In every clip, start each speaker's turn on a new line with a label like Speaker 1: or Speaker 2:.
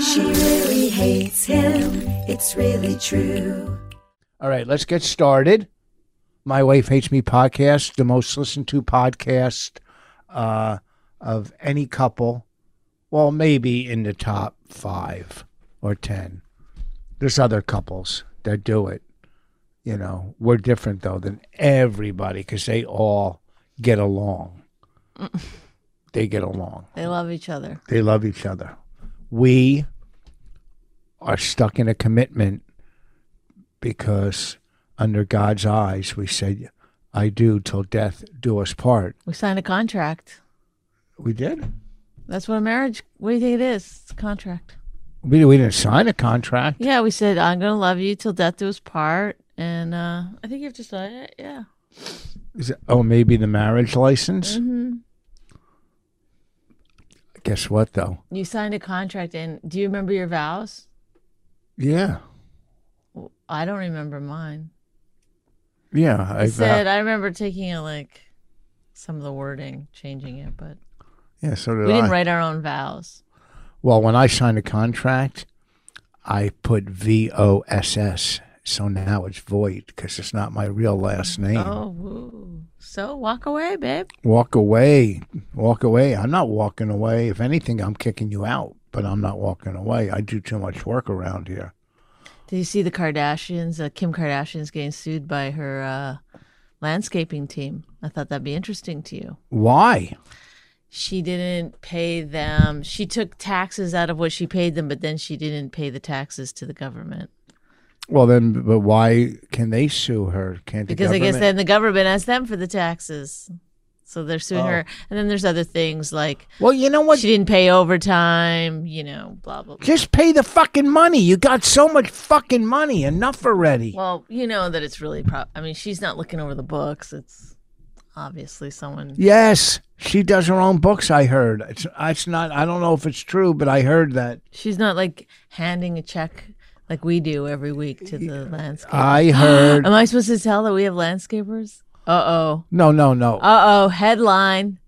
Speaker 1: She really hates him. It's really true.
Speaker 2: All right, let's get started. My Wife Hates Me podcast, the most listened to podcast uh, of any couple. Well, maybe in the top five or 10. There's other couples that do it. You know, we're different though than everybody because they all get along. they get along,
Speaker 3: They love each other.
Speaker 2: they love each other. We are stuck in a commitment because under God's eyes, we said, I do till death do us part.
Speaker 3: We signed a contract.
Speaker 2: We did.
Speaker 3: That's what a marriage. What do you think it is? It's a contract.
Speaker 2: We, we didn't sign a contract.
Speaker 3: Yeah, we said I'm gonna love you till death do us part, and uh, I think you have to sign it. Yeah.
Speaker 2: Is it, oh, maybe the marriage license?
Speaker 3: Mm-hmm.
Speaker 2: Guess what, though?
Speaker 3: You signed a contract, and do you remember your vows?
Speaker 2: Yeah.
Speaker 3: Well, I don't remember mine.
Speaker 2: Yeah. uh,
Speaker 3: I
Speaker 2: I
Speaker 3: said I remember taking a like some of the wording, changing it, but
Speaker 2: yeah, so did
Speaker 3: we
Speaker 2: I.
Speaker 3: didn't write our own vows.
Speaker 2: Well, when I signed a contract, I put V O S S. So now it's void because it's not my real last name.
Speaker 3: Oh, woo. so walk away, babe.
Speaker 2: Walk away. Walk away. I'm not walking away. If anything, I'm kicking you out, but I'm not walking away. I do too much work around here.
Speaker 3: Did you see the Kardashians? Uh, Kim Kardashian's getting sued by her uh, landscaping team. I thought that'd be interesting to you.
Speaker 2: Why?
Speaker 3: She didn't pay them. She took taxes out of what she paid them, but then she didn't pay the taxes to the government
Speaker 2: Well, then, but why can they sue her? Can't the
Speaker 3: because I guess
Speaker 2: government-
Speaker 3: then the government asked them for the taxes. So they're suing
Speaker 2: Oh.
Speaker 3: her. And then there's other things like
Speaker 2: Well, you know what?
Speaker 3: she didn't pay overtime, you know, blah, blah, blah.
Speaker 2: Just pay the fucking money. You got so much fucking money. Enough already.
Speaker 3: Well, you know that it's really, pro- I mean, she's not looking over the books. It's obviously someone.
Speaker 2: Yes, she does her own books. I heard. It's, it's not. I don't know if it's true, but I heard that.
Speaker 3: She's not like handing a check like we do every week to the landscape.
Speaker 2: I heard.
Speaker 3: Am I supposed to tell that we have landscapers? Uh oh.
Speaker 2: no, no, no.
Speaker 3: Uh oh. Headline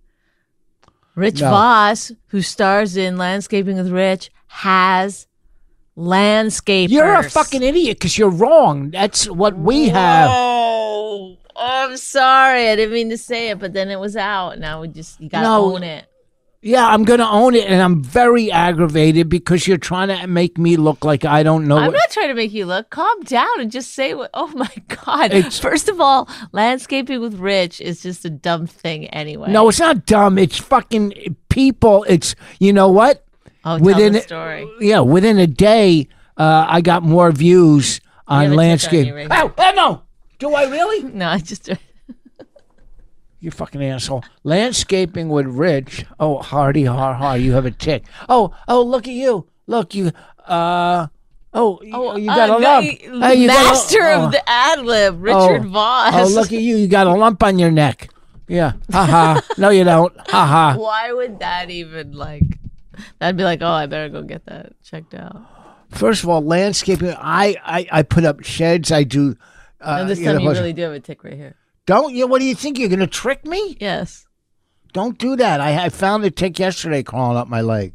Speaker 3: Rich
Speaker 2: No.
Speaker 3: Voss, who stars in Landscaping with Rich, has landscapers.
Speaker 2: You're a fucking idiot because you're wrong. That's what we have.
Speaker 3: Oh, I'm sorry. I didn't mean to say it, but then it was out. Now we just, you gotta
Speaker 2: No.
Speaker 3: own it.
Speaker 2: Yeah, I'm gonna own it, and I'm very aggravated because you're trying to make me look like I don't know.
Speaker 3: I'm
Speaker 2: what-
Speaker 3: not trying to make you look. Calm down and just say what. Oh my God.
Speaker 2: It's-
Speaker 3: First of all, landscaping with Rich is just a dumb thing anyway.
Speaker 2: no, it's not dumb. It's fucking people. It's you know what?
Speaker 3: oh,
Speaker 2: within
Speaker 3: tell
Speaker 2: it-
Speaker 3: the story.
Speaker 2: Yeah, within a day, uh, I got more views
Speaker 3: have
Speaker 2: on
Speaker 3: a tick on
Speaker 2: landscape.
Speaker 3: you right
Speaker 2: oh, oh, no. Do I really?
Speaker 3: No, I just.
Speaker 2: You fucking asshole. Landscaping with Rich. Oh, hardy har har. You have a tick. Oh, oh, look at you. Look, you, uh, oh, oh you got a
Speaker 3: uh,
Speaker 2: lump.
Speaker 3: the
Speaker 2: Hey, you got a-
Speaker 3: master
Speaker 2: oh,
Speaker 3: of the ad lib, Richard
Speaker 2: oh,
Speaker 3: Voss.
Speaker 2: Oh, look at you. You got a lump on your neck. Yeah. Ha ha. no, you don't. Ha ha.
Speaker 3: Why would that even like? That'd be like, oh, I better go get that checked
Speaker 2: Uh,
Speaker 3: out.
Speaker 2: First of all, landscaping. I, I, I put up sheds. I do. Uh,
Speaker 3: And this
Speaker 2: you know,
Speaker 3: time you
Speaker 2: what-
Speaker 3: really do have a tick right here.
Speaker 2: don't you? What do you think? You're going to trick me?
Speaker 3: Yes.
Speaker 2: Don't do that. I, I found a tick yesterday crawling up my leg.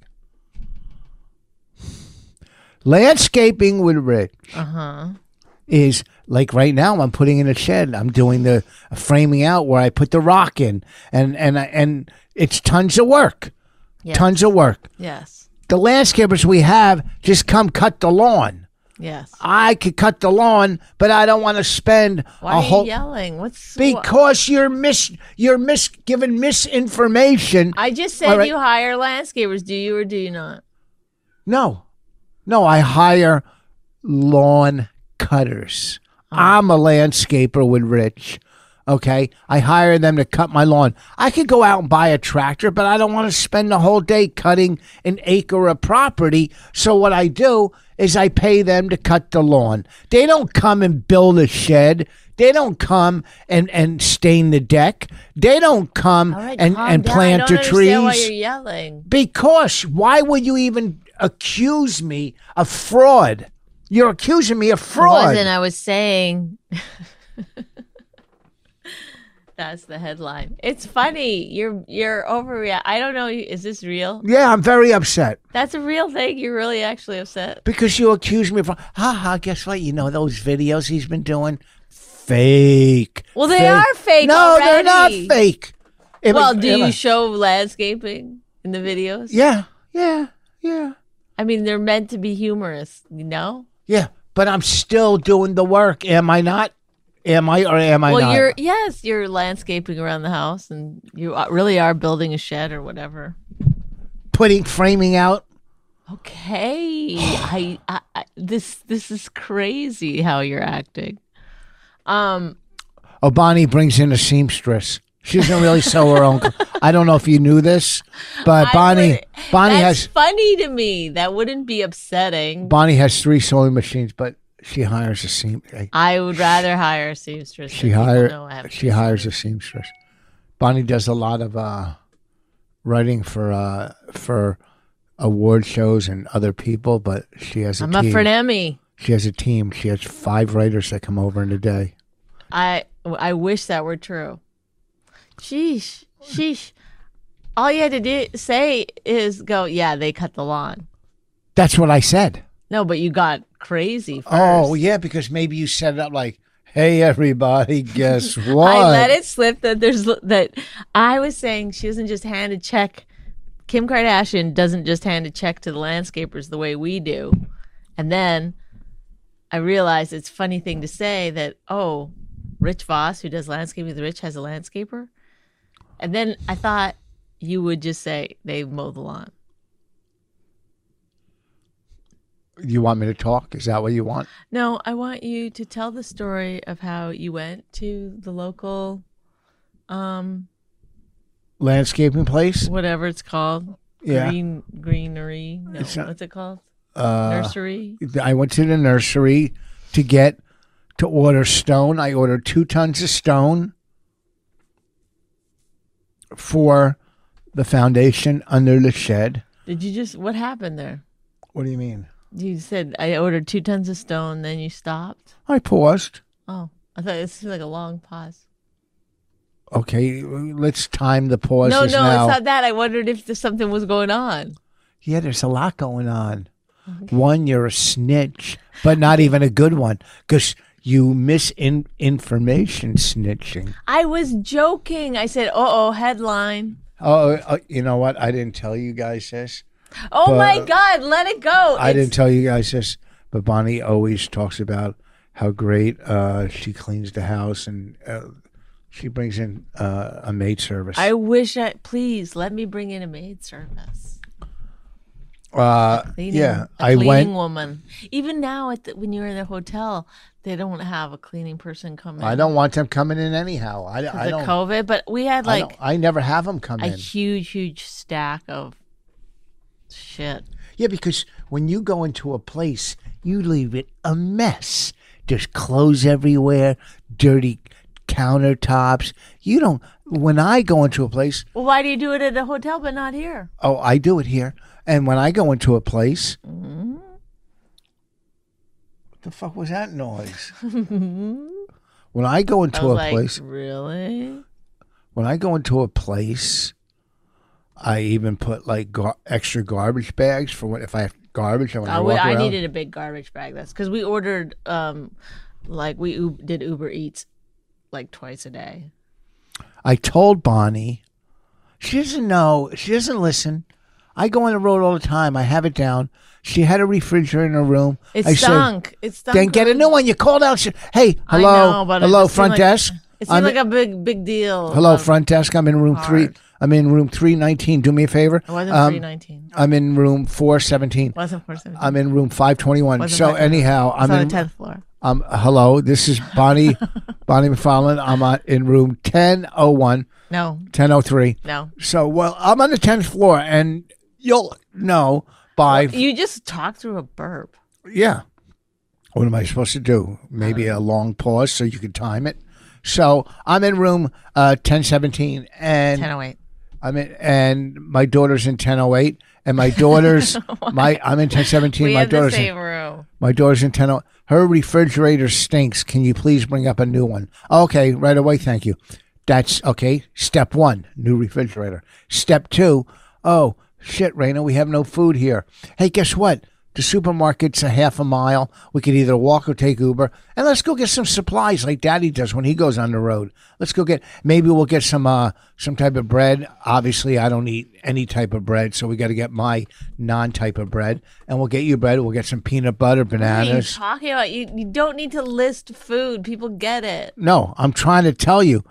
Speaker 2: Landscaping with Rich
Speaker 3: Uh huh.
Speaker 2: is like right now. I'm putting in a shed. I'm doing the framing out where I put the rock in, and and I- and it's tons of work,
Speaker 3: Yeah.
Speaker 2: tons of work.
Speaker 3: Yes.
Speaker 2: The landscapers we have just come cut the lawn.
Speaker 3: Yes.
Speaker 2: I could cut the lawn, but I don't want to spend
Speaker 3: Why
Speaker 2: a
Speaker 3: are
Speaker 2: whole
Speaker 3: you yelling? What's wha-
Speaker 2: because you're mis you're mis giving misinformation.
Speaker 3: I just
Speaker 2: All
Speaker 3: said
Speaker 2: right.
Speaker 3: you hire landscapers. Do you or do you not?
Speaker 2: No, no, I hire lawn cutters.
Speaker 3: Ah.
Speaker 2: I'm a landscaper with Rich. Okay, I hire them to cut my lawn. I could go out and buy a tractor, but I don't want to spend the whole day cutting an acre of property. So what I do is I pay them to cut the lawn. They don't come and build a shed. They don't come and, and stain the deck. They don't come
Speaker 3: All right,
Speaker 2: and,
Speaker 3: calm
Speaker 2: and
Speaker 3: down.
Speaker 2: plant
Speaker 3: I
Speaker 2: the
Speaker 3: don't
Speaker 2: trees.
Speaker 3: understand Why you're yelling?
Speaker 2: Because why would you even accuse me of fraud? You're accusing me of
Speaker 3: I
Speaker 2: fraud.
Speaker 3: wasn't. I was saying That's the headline. It's funny. You're you're overreact. I don't know. Is this real?
Speaker 2: Yeah, I'm very upset
Speaker 3: That's a real thing. You're really actually upset.
Speaker 2: because you accuse me of, ha ha, guess what? You know those videos he's been doing? Fake.
Speaker 3: Well, they are fake
Speaker 2: No, they're not
Speaker 3: already.
Speaker 2: fake. If
Speaker 3: Well,
Speaker 2: it-
Speaker 3: do
Speaker 2: if
Speaker 3: you
Speaker 2: I-
Speaker 3: show landscaping in the videos?
Speaker 2: yeah, yeah, yeah,
Speaker 3: I mean, they're meant to be humorous, you know?
Speaker 2: yeah. But I'm still doing the work. Am I not? Am I or am I
Speaker 3: well,
Speaker 2: not?
Speaker 3: you're yes, you're landscaping around the house, and you are- really are building a shed or whatever.
Speaker 2: putting framing out.
Speaker 3: Okay, I, I, I this this is crazy how you're acting. Um,
Speaker 2: Obani brings in a seamstress. She doesn't really sew her own. cl- I don't know if you knew this, but
Speaker 3: I
Speaker 2: Bonnie
Speaker 3: would-
Speaker 2: Bonnie
Speaker 3: that's
Speaker 2: has
Speaker 3: funny to me. That wouldn't be upsetting.
Speaker 2: Bonnie has three sewing machines, but she hires a seam. I-
Speaker 3: I would rather hire a seamstress.
Speaker 2: She
Speaker 3: than people
Speaker 2: hires
Speaker 3: know I have
Speaker 2: she hires a seamstress. Bonnie does a lot of uh, writing for uh, for award shows and other people, but she has a
Speaker 3: I'm
Speaker 2: team.
Speaker 3: up for an Emmy.
Speaker 2: She has a team. She has five writers that come over in a day.
Speaker 3: I I wish that were true. Sheesh, sheesh. All you had to do say is go. Yeah, they cut the lawn.
Speaker 2: That's what I said.
Speaker 3: No, but you got crazy. First.
Speaker 2: Oh yeah, because maybe you set it up like, "Hey everybody, guess what?"
Speaker 3: I let it slip that there's that I was saying she doesn't just hand a check. Kim Kardashian doesn't just hand a check to the landscapers the way we do. And then I realized it's a funny thing to say that oh, Rich Voss who does landscaping with Rich has a landscaper. And then I thought you would just say they mow the lawn.
Speaker 2: You want me to talk? Is that what you want?
Speaker 3: No, I want you to tell the story of how you went to the local um
Speaker 2: Landscaping place?
Speaker 3: whatever it's called.
Speaker 2: Yeah.
Speaker 3: Green greenery. No,
Speaker 2: It's not-
Speaker 3: what's it called?
Speaker 2: Uh,
Speaker 3: Nursery.
Speaker 2: I went to the nursery to get to order stone. I ordered two tons of stone for the foundation under the shed.
Speaker 3: Did you just what happened there?
Speaker 2: What do you mean?
Speaker 3: You said I ordered two tons of stone, then you stopped.
Speaker 2: I paused.
Speaker 3: Oh, I thought it seemed like a long pause.
Speaker 2: Okay, let's time the pauses
Speaker 3: no, no,
Speaker 2: now.
Speaker 3: it's not that. I wondered if there's something was going on.
Speaker 2: Yeah, there's a lot going on. One, you're a snitch, but not even a good one because you misinformation snitching.
Speaker 3: I was joking. I said, "Uh oh, headline."
Speaker 2: Oh, uh, you know what? I didn't tell you guys this.
Speaker 3: Oh my
Speaker 2: But-
Speaker 3: God, let it go.
Speaker 2: I
Speaker 3: It's-
Speaker 2: didn't tell you guys this, but Bonnie always talks about how great uh, she cleans the house and uh, she brings in uh, a maid service.
Speaker 3: I wish I please let me bring in a maid service.
Speaker 2: uh,
Speaker 3: Cleaning,
Speaker 2: yeah,
Speaker 3: a
Speaker 2: I
Speaker 3: cleaning
Speaker 2: went.
Speaker 3: woman. Even now, at the, when you're in a hotel, they don't have a cleaning person come in.
Speaker 2: I don't want them coming in anyhow. I, I
Speaker 3: the
Speaker 2: don't.
Speaker 3: COVID, but we had
Speaker 2: I,
Speaker 3: like
Speaker 2: don't, I never have them come
Speaker 3: a
Speaker 2: in.
Speaker 3: huge, huge stack of shit.
Speaker 2: Yeah, because when you go into a place, you leave it a mess. There's clothes everywhere, dirty countertops. You don't. When I go into a place,
Speaker 3: Well, why do you do it at a hotel but not here?
Speaker 2: oh, I do it here. And when I go into a place, what the fuck was that noise? when I go
Speaker 3: I
Speaker 2: into a
Speaker 3: was Oh, like,
Speaker 2: place,
Speaker 3: really?
Speaker 2: when I go into a place, I even put like gar- extra garbage bags for what if I have garbage. And when I,
Speaker 3: I, would-
Speaker 2: walk
Speaker 3: Oh, I
Speaker 2: around,
Speaker 3: needed a big garbage bag. That's because we ordered, um, like we u- did Uber Eats like twice a day.
Speaker 2: I told Bonnie, she doesn't know, she doesn't listen. I go on the road all the time. I have it down. She had a refrigerator in her room.
Speaker 3: It
Speaker 2: I
Speaker 3: stunk. it
Speaker 2: Said,
Speaker 3: stunk.
Speaker 2: then get a new one. You called out. She, hey,
Speaker 3: I
Speaker 2: hello,
Speaker 3: know, but it
Speaker 2: hello,
Speaker 3: just seemed
Speaker 2: front
Speaker 3: like-
Speaker 2: desk.
Speaker 3: It
Speaker 2: I'm-
Speaker 3: seemed like a big, big deal.
Speaker 2: hello,
Speaker 3: Um,
Speaker 2: front desk. I'm in room three.
Speaker 3: hard.
Speaker 2: I'm in room three nineteen. Do me a favor.
Speaker 3: It wasn't
Speaker 2: Um,
Speaker 3: three nineteen.
Speaker 2: I'm in room four seventeen.
Speaker 3: Wasn't four seventeen.
Speaker 2: I'm in room five twenty one.
Speaker 3: Wasn't
Speaker 2: So
Speaker 3: that-
Speaker 2: anyhow, I'm
Speaker 3: It's on
Speaker 2: in
Speaker 3: the tenth floor.
Speaker 2: um, hello. This is Bonnie, Bonnie McFarland. I'm on, in room 1001,
Speaker 3: No,
Speaker 2: 1003.
Speaker 3: no.
Speaker 2: So, well, I'm on the 10th floor, and you'll know by.
Speaker 3: You just talked through a burp.
Speaker 2: yeah. What am I supposed to do? Maybe a long pause so you can time it. So, I'm in room uh, 1017, and
Speaker 3: Ten oh eight.
Speaker 2: I'm in, and my daughter's in 1008, and my daughter's my I'm in 1017.
Speaker 3: We
Speaker 2: my
Speaker 3: have the
Speaker 2: daughter's in,
Speaker 3: same room.
Speaker 2: my daughter's in 1008. Her refrigerator stinks. Can you please bring up a new one? Okay, right away. Thank you. That's okay. Step one, new refrigerator. Step two, oh shit, Raina, we have no food here. Hey, guess what? The supermarket's a half a mile. We could either walk or take Uber. And let's go get some supplies like Daddy does when he goes on the road. Let's go get maybe we'll get some uh some type of bread. Obviously I don't eat any type of bread, so we gotta get my non type of bread. And we'll get you bread, we'll get some peanut butter,
Speaker 3: What are you
Speaker 2: bananas.
Speaker 3: talking about? You, you don't need to list food. People get it.
Speaker 2: No, I'm trying to tell you.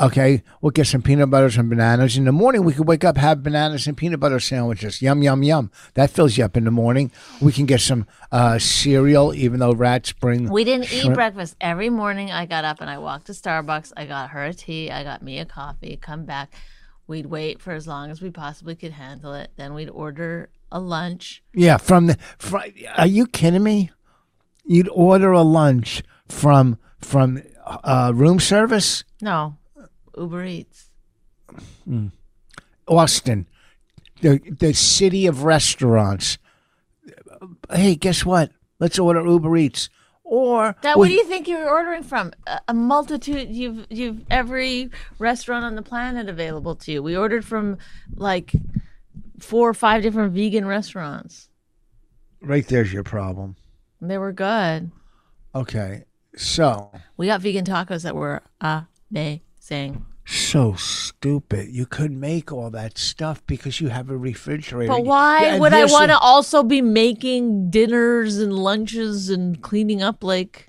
Speaker 2: Okay, we'll get some peanut butters and bananas. In the morning, we could wake up, have bananas and peanut butter sandwiches. Yum, yum, yum. That fills you up in the morning. We can get some uh, cereal, even though rats bring.
Speaker 3: We didn't eat breakfast. Every morning I got up and I walked to Starbucks. I got her a tea. I got me a coffee. Come back. We'd wait for as long as we possibly could handle it. Then we'd order a lunch.
Speaker 2: yeah, from the. From, are you kidding me? You'd order a lunch from from uh, room service,
Speaker 3: No, Uber Eats.
Speaker 2: Austin, the the city of restaurants. Hey, guess what? Let's order Uber Eats. Or
Speaker 3: Dad,
Speaker 2: we-
Speaker 3: what do you think you're ordering from? A, a multitude. You've you've every restaurant on the planet available to you. We ordered from like four or five different vegan restaurants. e-,
Speaker 2: right there's your problem.
Speaker 3: They were good.
Speaker 2: Okay. So,
Speaker 3: We got vegan tacos that were amazing.
Speaker 2: so stupid. You could make all that stuff because you have a refrigerator.
Speaker 3: But why
Speaker 2: Yeah, and
Speaker 3: would I
Speaker 2: here's the-
Speaker 3: want to also be making dinners and lunches and cleaning up? Like,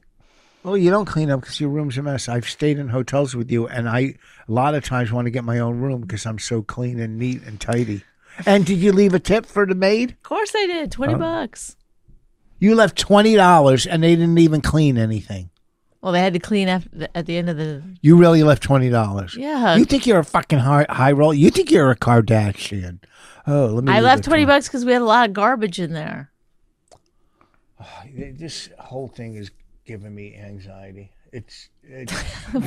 Speaker 2: Well, you don't clean up because your room's a mess. I've stayed in hotels with you, and I a lot of times want to get my own room because I'm so clean and neat and tidy. And did you leave a tip for the maid?
Speaker 3: of course I did. Twenty bucks.
Speaker 2: You left twenty dollars, and they didn't even clean anything.
Speaker 3: Well, they had to clean up the, at the end of the.
Speaker 2: You really left twenty dollars.
Speaker 3: Yeah.
Speaker 2: You think you're a fucking high, high roll? You think you're a Kardashian? Oh, let me.
Speaker 3: I
Speaker 2: leave
Speaker 3: left
Speaker 2: a
Speaker 3: twenty bucks because we had a lot of garbage in there.
Speaker 2: Th- This whole thing is giving me anxiety. It's, it's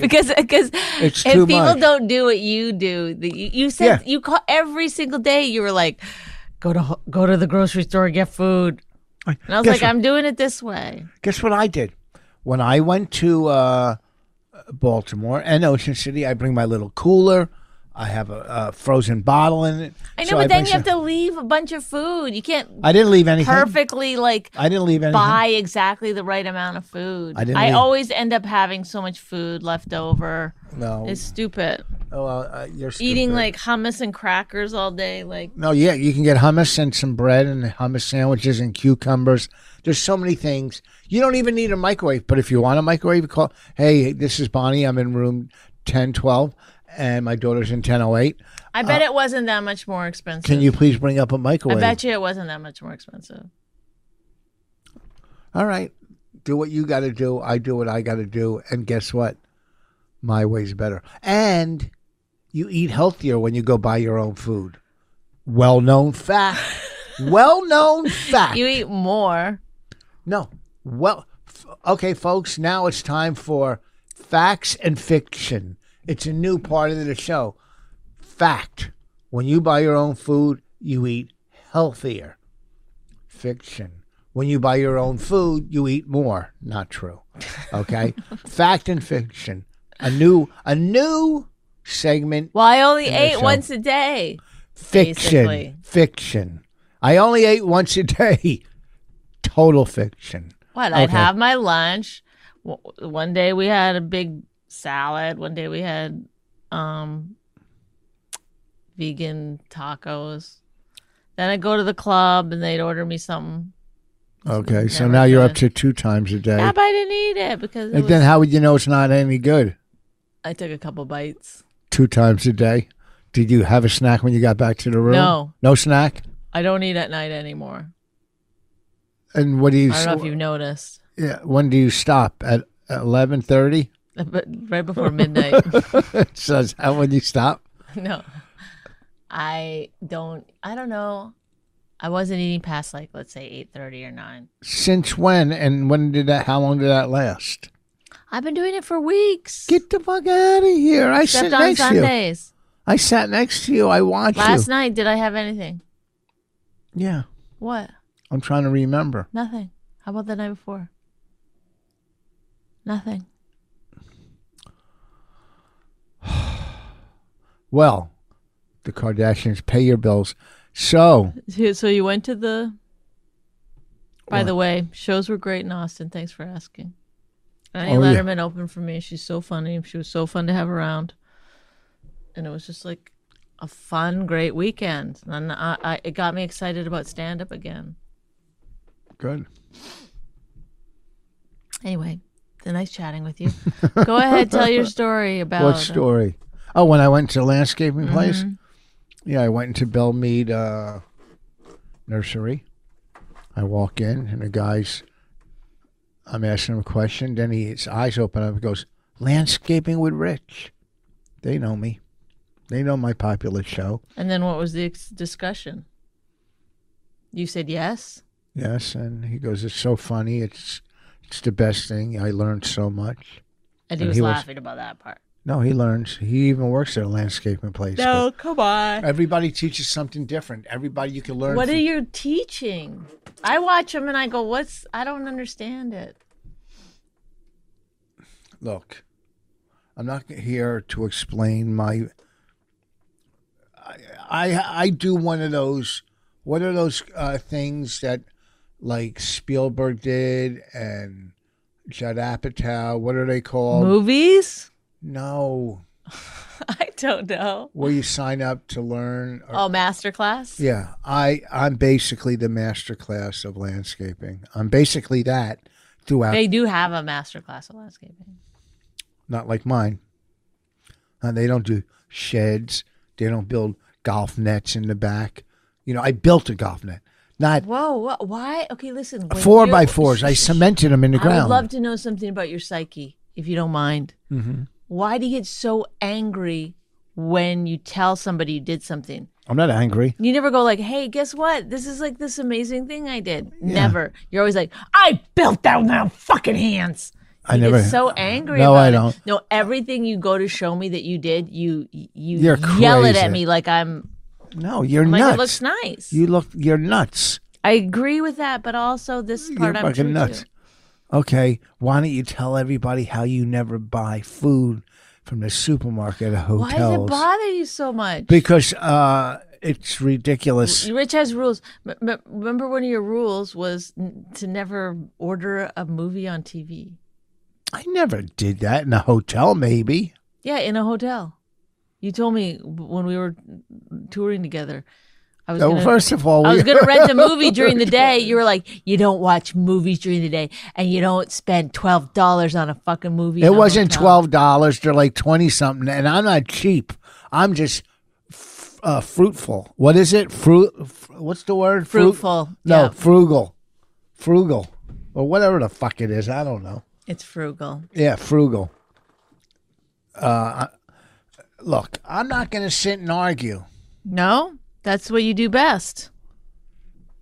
Speaker 3: because because
Speaker 2: It's
Speaker 3: if
Speaker 2: too
Speaker 3: people
Speaker 2: much.
Speaker 3: don't do what you do, the, you, you said
Speaker 2: Yeah.
Speaker 3: you call every single day. You were like, go to ho- go to the grocery store and get food. And I was
Speaker 2: guess
Speaker 3: like,
Speaker 2: what-
Speaker 3: I'm doing it this way.
Speaker 2: guess what I did when I went to uh, Baltimore and Ocean City. I bring my little cooler. I have a, a frozen bottle in it.
Speaker 3: I know,
Speaker 2: So
Speaker 3: but then
Speaker 2: bring
Speaker 3: you have
Speaker 2: some-
Speaker 3: to leave a bunch of food. You can't
Speaker 2: I didn't leave anything.
Speaker 3: perfectly like
Speaker 2: I didn't leave anything.
Speaker 3: buy exactly the right amount of food.
Speaker 2: Uh-huh. I didn't
Speaker 3: I
Speaker 2: leave-
Speaker 3: always end up having so much food left over.
Speaker 2: No.
Speaker 3: It's stupid.
Speaker 2: oh, well, uh, you're
Speaker 3: Eating
Speaker 2: stupid.
Speaker 3: like hummus and crackers all day, like
Speaker 2: No, yeah, you can get hummus and some bread and hummus sandwiches and cucumbers. There's so many things. You don't even need a microwave, but if you want a microwave, call. Hey, this is Bonnie. I'm in room 1012, and my daughter's in 1008.
Speaker 3: I bet it wasn't that much more expensive.
Speaker 2: Uh, Can you please bring up a
Speaker 3: I
Speaker 2: microwave?
Speaker 3: bet you it wasn't that much more expensive.
Speaker 2: All right, do what you got to do. I do what I got to do, and guess what? My way's better. And you eat healthier when you go buy your own food. Well known fact. well known fact.
Speaker 3: You eat more.
Speaker 2: No. Well, f- okay, folks, now it's time for facts and fiction. It's a new part of the show. Fact when you buy your own food, you eat healthier. Fiction. When you buy your own food, you eat more. Not true. Okay? Fact and fiction. A new a new segment
Speaker 3: Well, I only
Speaker 2: the
Speaker 3: ate
Speaker 2: show.
Speaker 3: once a day.
Speaker 2: Fiction.
Speaker 3: Basically.
Speaker 2: Fiction. I only ate once a day. Total fiction.
Speaker 3: What? I'd
Speaker 2: Okay.
Speaker 3: have my lunch. W- One day we had a big salad. One day we had um, vegan tacos. Then I'd go to the club and they'd order me something.
Speaker 2: Okay, so
Speaker 3: Never
Speaker 2: now you're up
Speaker 3: good.
Speaker 2: to two times a day.
Speaker 3: Yeah, but I didn't eat it because it
Speaker 2: and then
Speaker 3: was-
Speaker 2: how would you know it's not any good?
Speaker 3: I took a couple bites.
Speaker 2: Two times a day. Did you have a snack when you got back to the room?
Speaker 3: No.
Speaker 2: No snack?
Speaker 3: I don't eat at night anymore.
Speaker 2: And what do you
Speaker 3: I don't know if you've noticed,
Speaker 2: yeah, when do you stop? At eleven thirty?
Speaker 3: uh, but right before midnight.
Speaker 2: so is that when you stop?
Speaker 3: no i don't i don't know i wasn't eating past like let's say eight thirty or 9
Speaker 2: Since when and when did that how long did that last?
Speaker 3: i've been doing it for weeks
Speaker 2: Get the fuck out of here. I
Speaker 3: except
Speaker 2: sat
Speaker 3: on
Speaker 2: next to you.
Speaker 3: sundays
Speaker 2: I sat next to you. I watched
Speaker 3: last
Speaker 2: you.
Speaker 3: night did i have anything
Speaker 2: Yeah.
Speaker 3: what
Speaker 2: I'm trying to remember.
Speaker 3: nothing how about the night before nothing
Speaker 2: Well, the Kardashians pay your bills. So,
Speaker 3: So- So you went to the. By the way, shows were great in Austin. Thanks for asking. Annie
Speaker 2: Oh, yeah.
Speaker 3: Letterman opened for me. She's so funny. She was so fun to have around, and it was just like a fun, great weekend. And I, I it got me excited about stand up again.
Speaker 2: good.
Speaker 3: Anyway, it's nice chatting with you. Go ahead, tell your story about uh,
Speaker 2: What story? Oh, when I went to
Speaker 3: Mm-hmm.
Speaker 2: landscaping place? Yeah, I went into Bell Mead uh, Nursery. I walk in, and the guy's, I'm asking him a question. Then he, his eyes open up and goes, Landscaping with Rich. They know me. They know my popular show.
Speaker 3: And then what was the ex- discussion? You said yes.
Speaker 2: Yes, and he goes, "It's so funny. It's it's the best thing. I learned so much."
Speaker 3: And he
Speaker 2: And
Speaker 3: was
Speaker 2: he was-
Speaker 3: laughing about that part.
Speaker 2: No, he learns. He even works at a landscaping place.
Speaker 3: No, come on.
Speaker 2: but everybody teaches something different. Everybody you can learn.
Speaker 3: What are
Speaker 2: from-
Speaker 3: you teaching? I watch them and I go, "What's? I don't understand it."
Speaker 2: Look, I'm not here to explain my. I I, I do one of those. What are those uh, things that, like Spielberg did and Judd Apatow? What are they called?
Speaker 3: Movies?
Speaker 2: No,
Speaker 3: I don't know.
Speaker 2: where you sign up to learn. Or,
Speaker 3: Oh, masterclass.
Speaker 2: Yeah, I I'm basically the master class of landscaping. I'm basically that throughout,
Speaker 3: They do have a masterclass of landscaping.
Speaker 2: not like mine. And they don't do sheds. They don't build golf nets in the back. You know, I built a golf net, not
Speaker 3: Whoa, wha- why? Okay, listen. when
Speaker 2: four
Speaker 3: you-
Speaker 2: by fours. I cemented them in the
Speaker 3: I
Speaker 2: ground.
Speaker 3: would love to know something about your psyche, if you don't mind.
Speaker 2: Mm-hmm.
Speaker 3: Why do you get so angry when you tell somebody you did something?
Speaker 2: I'm not angry.
Speaker 3: You never go like, "Hey, guess what? This is like this amazing thing I did." Never. You're always like, "I built that with my fucking hands."
Speaker 2: I
Speaker 3: You
Speaker 2: never-
Speaker 3: get so angry.
Speaker 2: No,
Speaker 3: about
Speaker 2: I
Speaker 3: it.
Speaker 2: don't.
Speaker 3: No, everything you go to show me that you did, you you
Speaker 2: You're
Speaker 3: yell it at
Speaker 2: crazy.
Speaker 3: me like I'm
Speaker 2: No, you're
Speaker 3: like
Speaker 2: nuts.
Speaker 3: Oh it looks nice.
Speaker 2: You look. You're nuts.
Speaker 3: I agree with that, but also this part
Speaker 2: you're
Speaker 3: I'm true
Speaker 2: fucking nuts.
Speaker 3: to.
Speaker 2: Okay, why don't you tell everybody how you never buy food from the supermarket or hotels?
Speaker 3: Why does it bother you so much?
Speaker 2: Because uh, it's ridiculous.
Speaker 3: Rich has rules. M- m- remember, one of your rules was n- to never order a movie on TV.
Speaker 2: I never did that in a hotel, maybe.
Speaker 3: Yeah, in a hotel. You told me when we were touring together. I was
Speaker 2: So
Speaker 3: gonna,
Speaker 2: first of all,
Speaker 3: I
Speaker 2: we-
Speaker 3: was gonna rent a movie during the day. You were like, you don't watch movies during the day, and you don't spend twelve dollars on a fucking movie.
Speaker 2: it
Speaker 3: in a
Speaker 2: wasn't
Speaker 3: hotel."
Speaker 2: twelve dollars; they're like twenty something, and I'm not cheap. I'm just f- uh, fruitful. What is it? Fruit? F- what's the word? Fruit-
Speaker 3: Fruitful,
Speaker 2: No,
Speaker 3: yeah.
Speaker 2: frugal, frugal, or whatever the fuck it is. I don't know.
Speaker 3: It's frugal.
Speaker 2: Yeah, frugal. Uh, look, I'm not going to sit and argue.
Speaker 3: No, that's what you do best.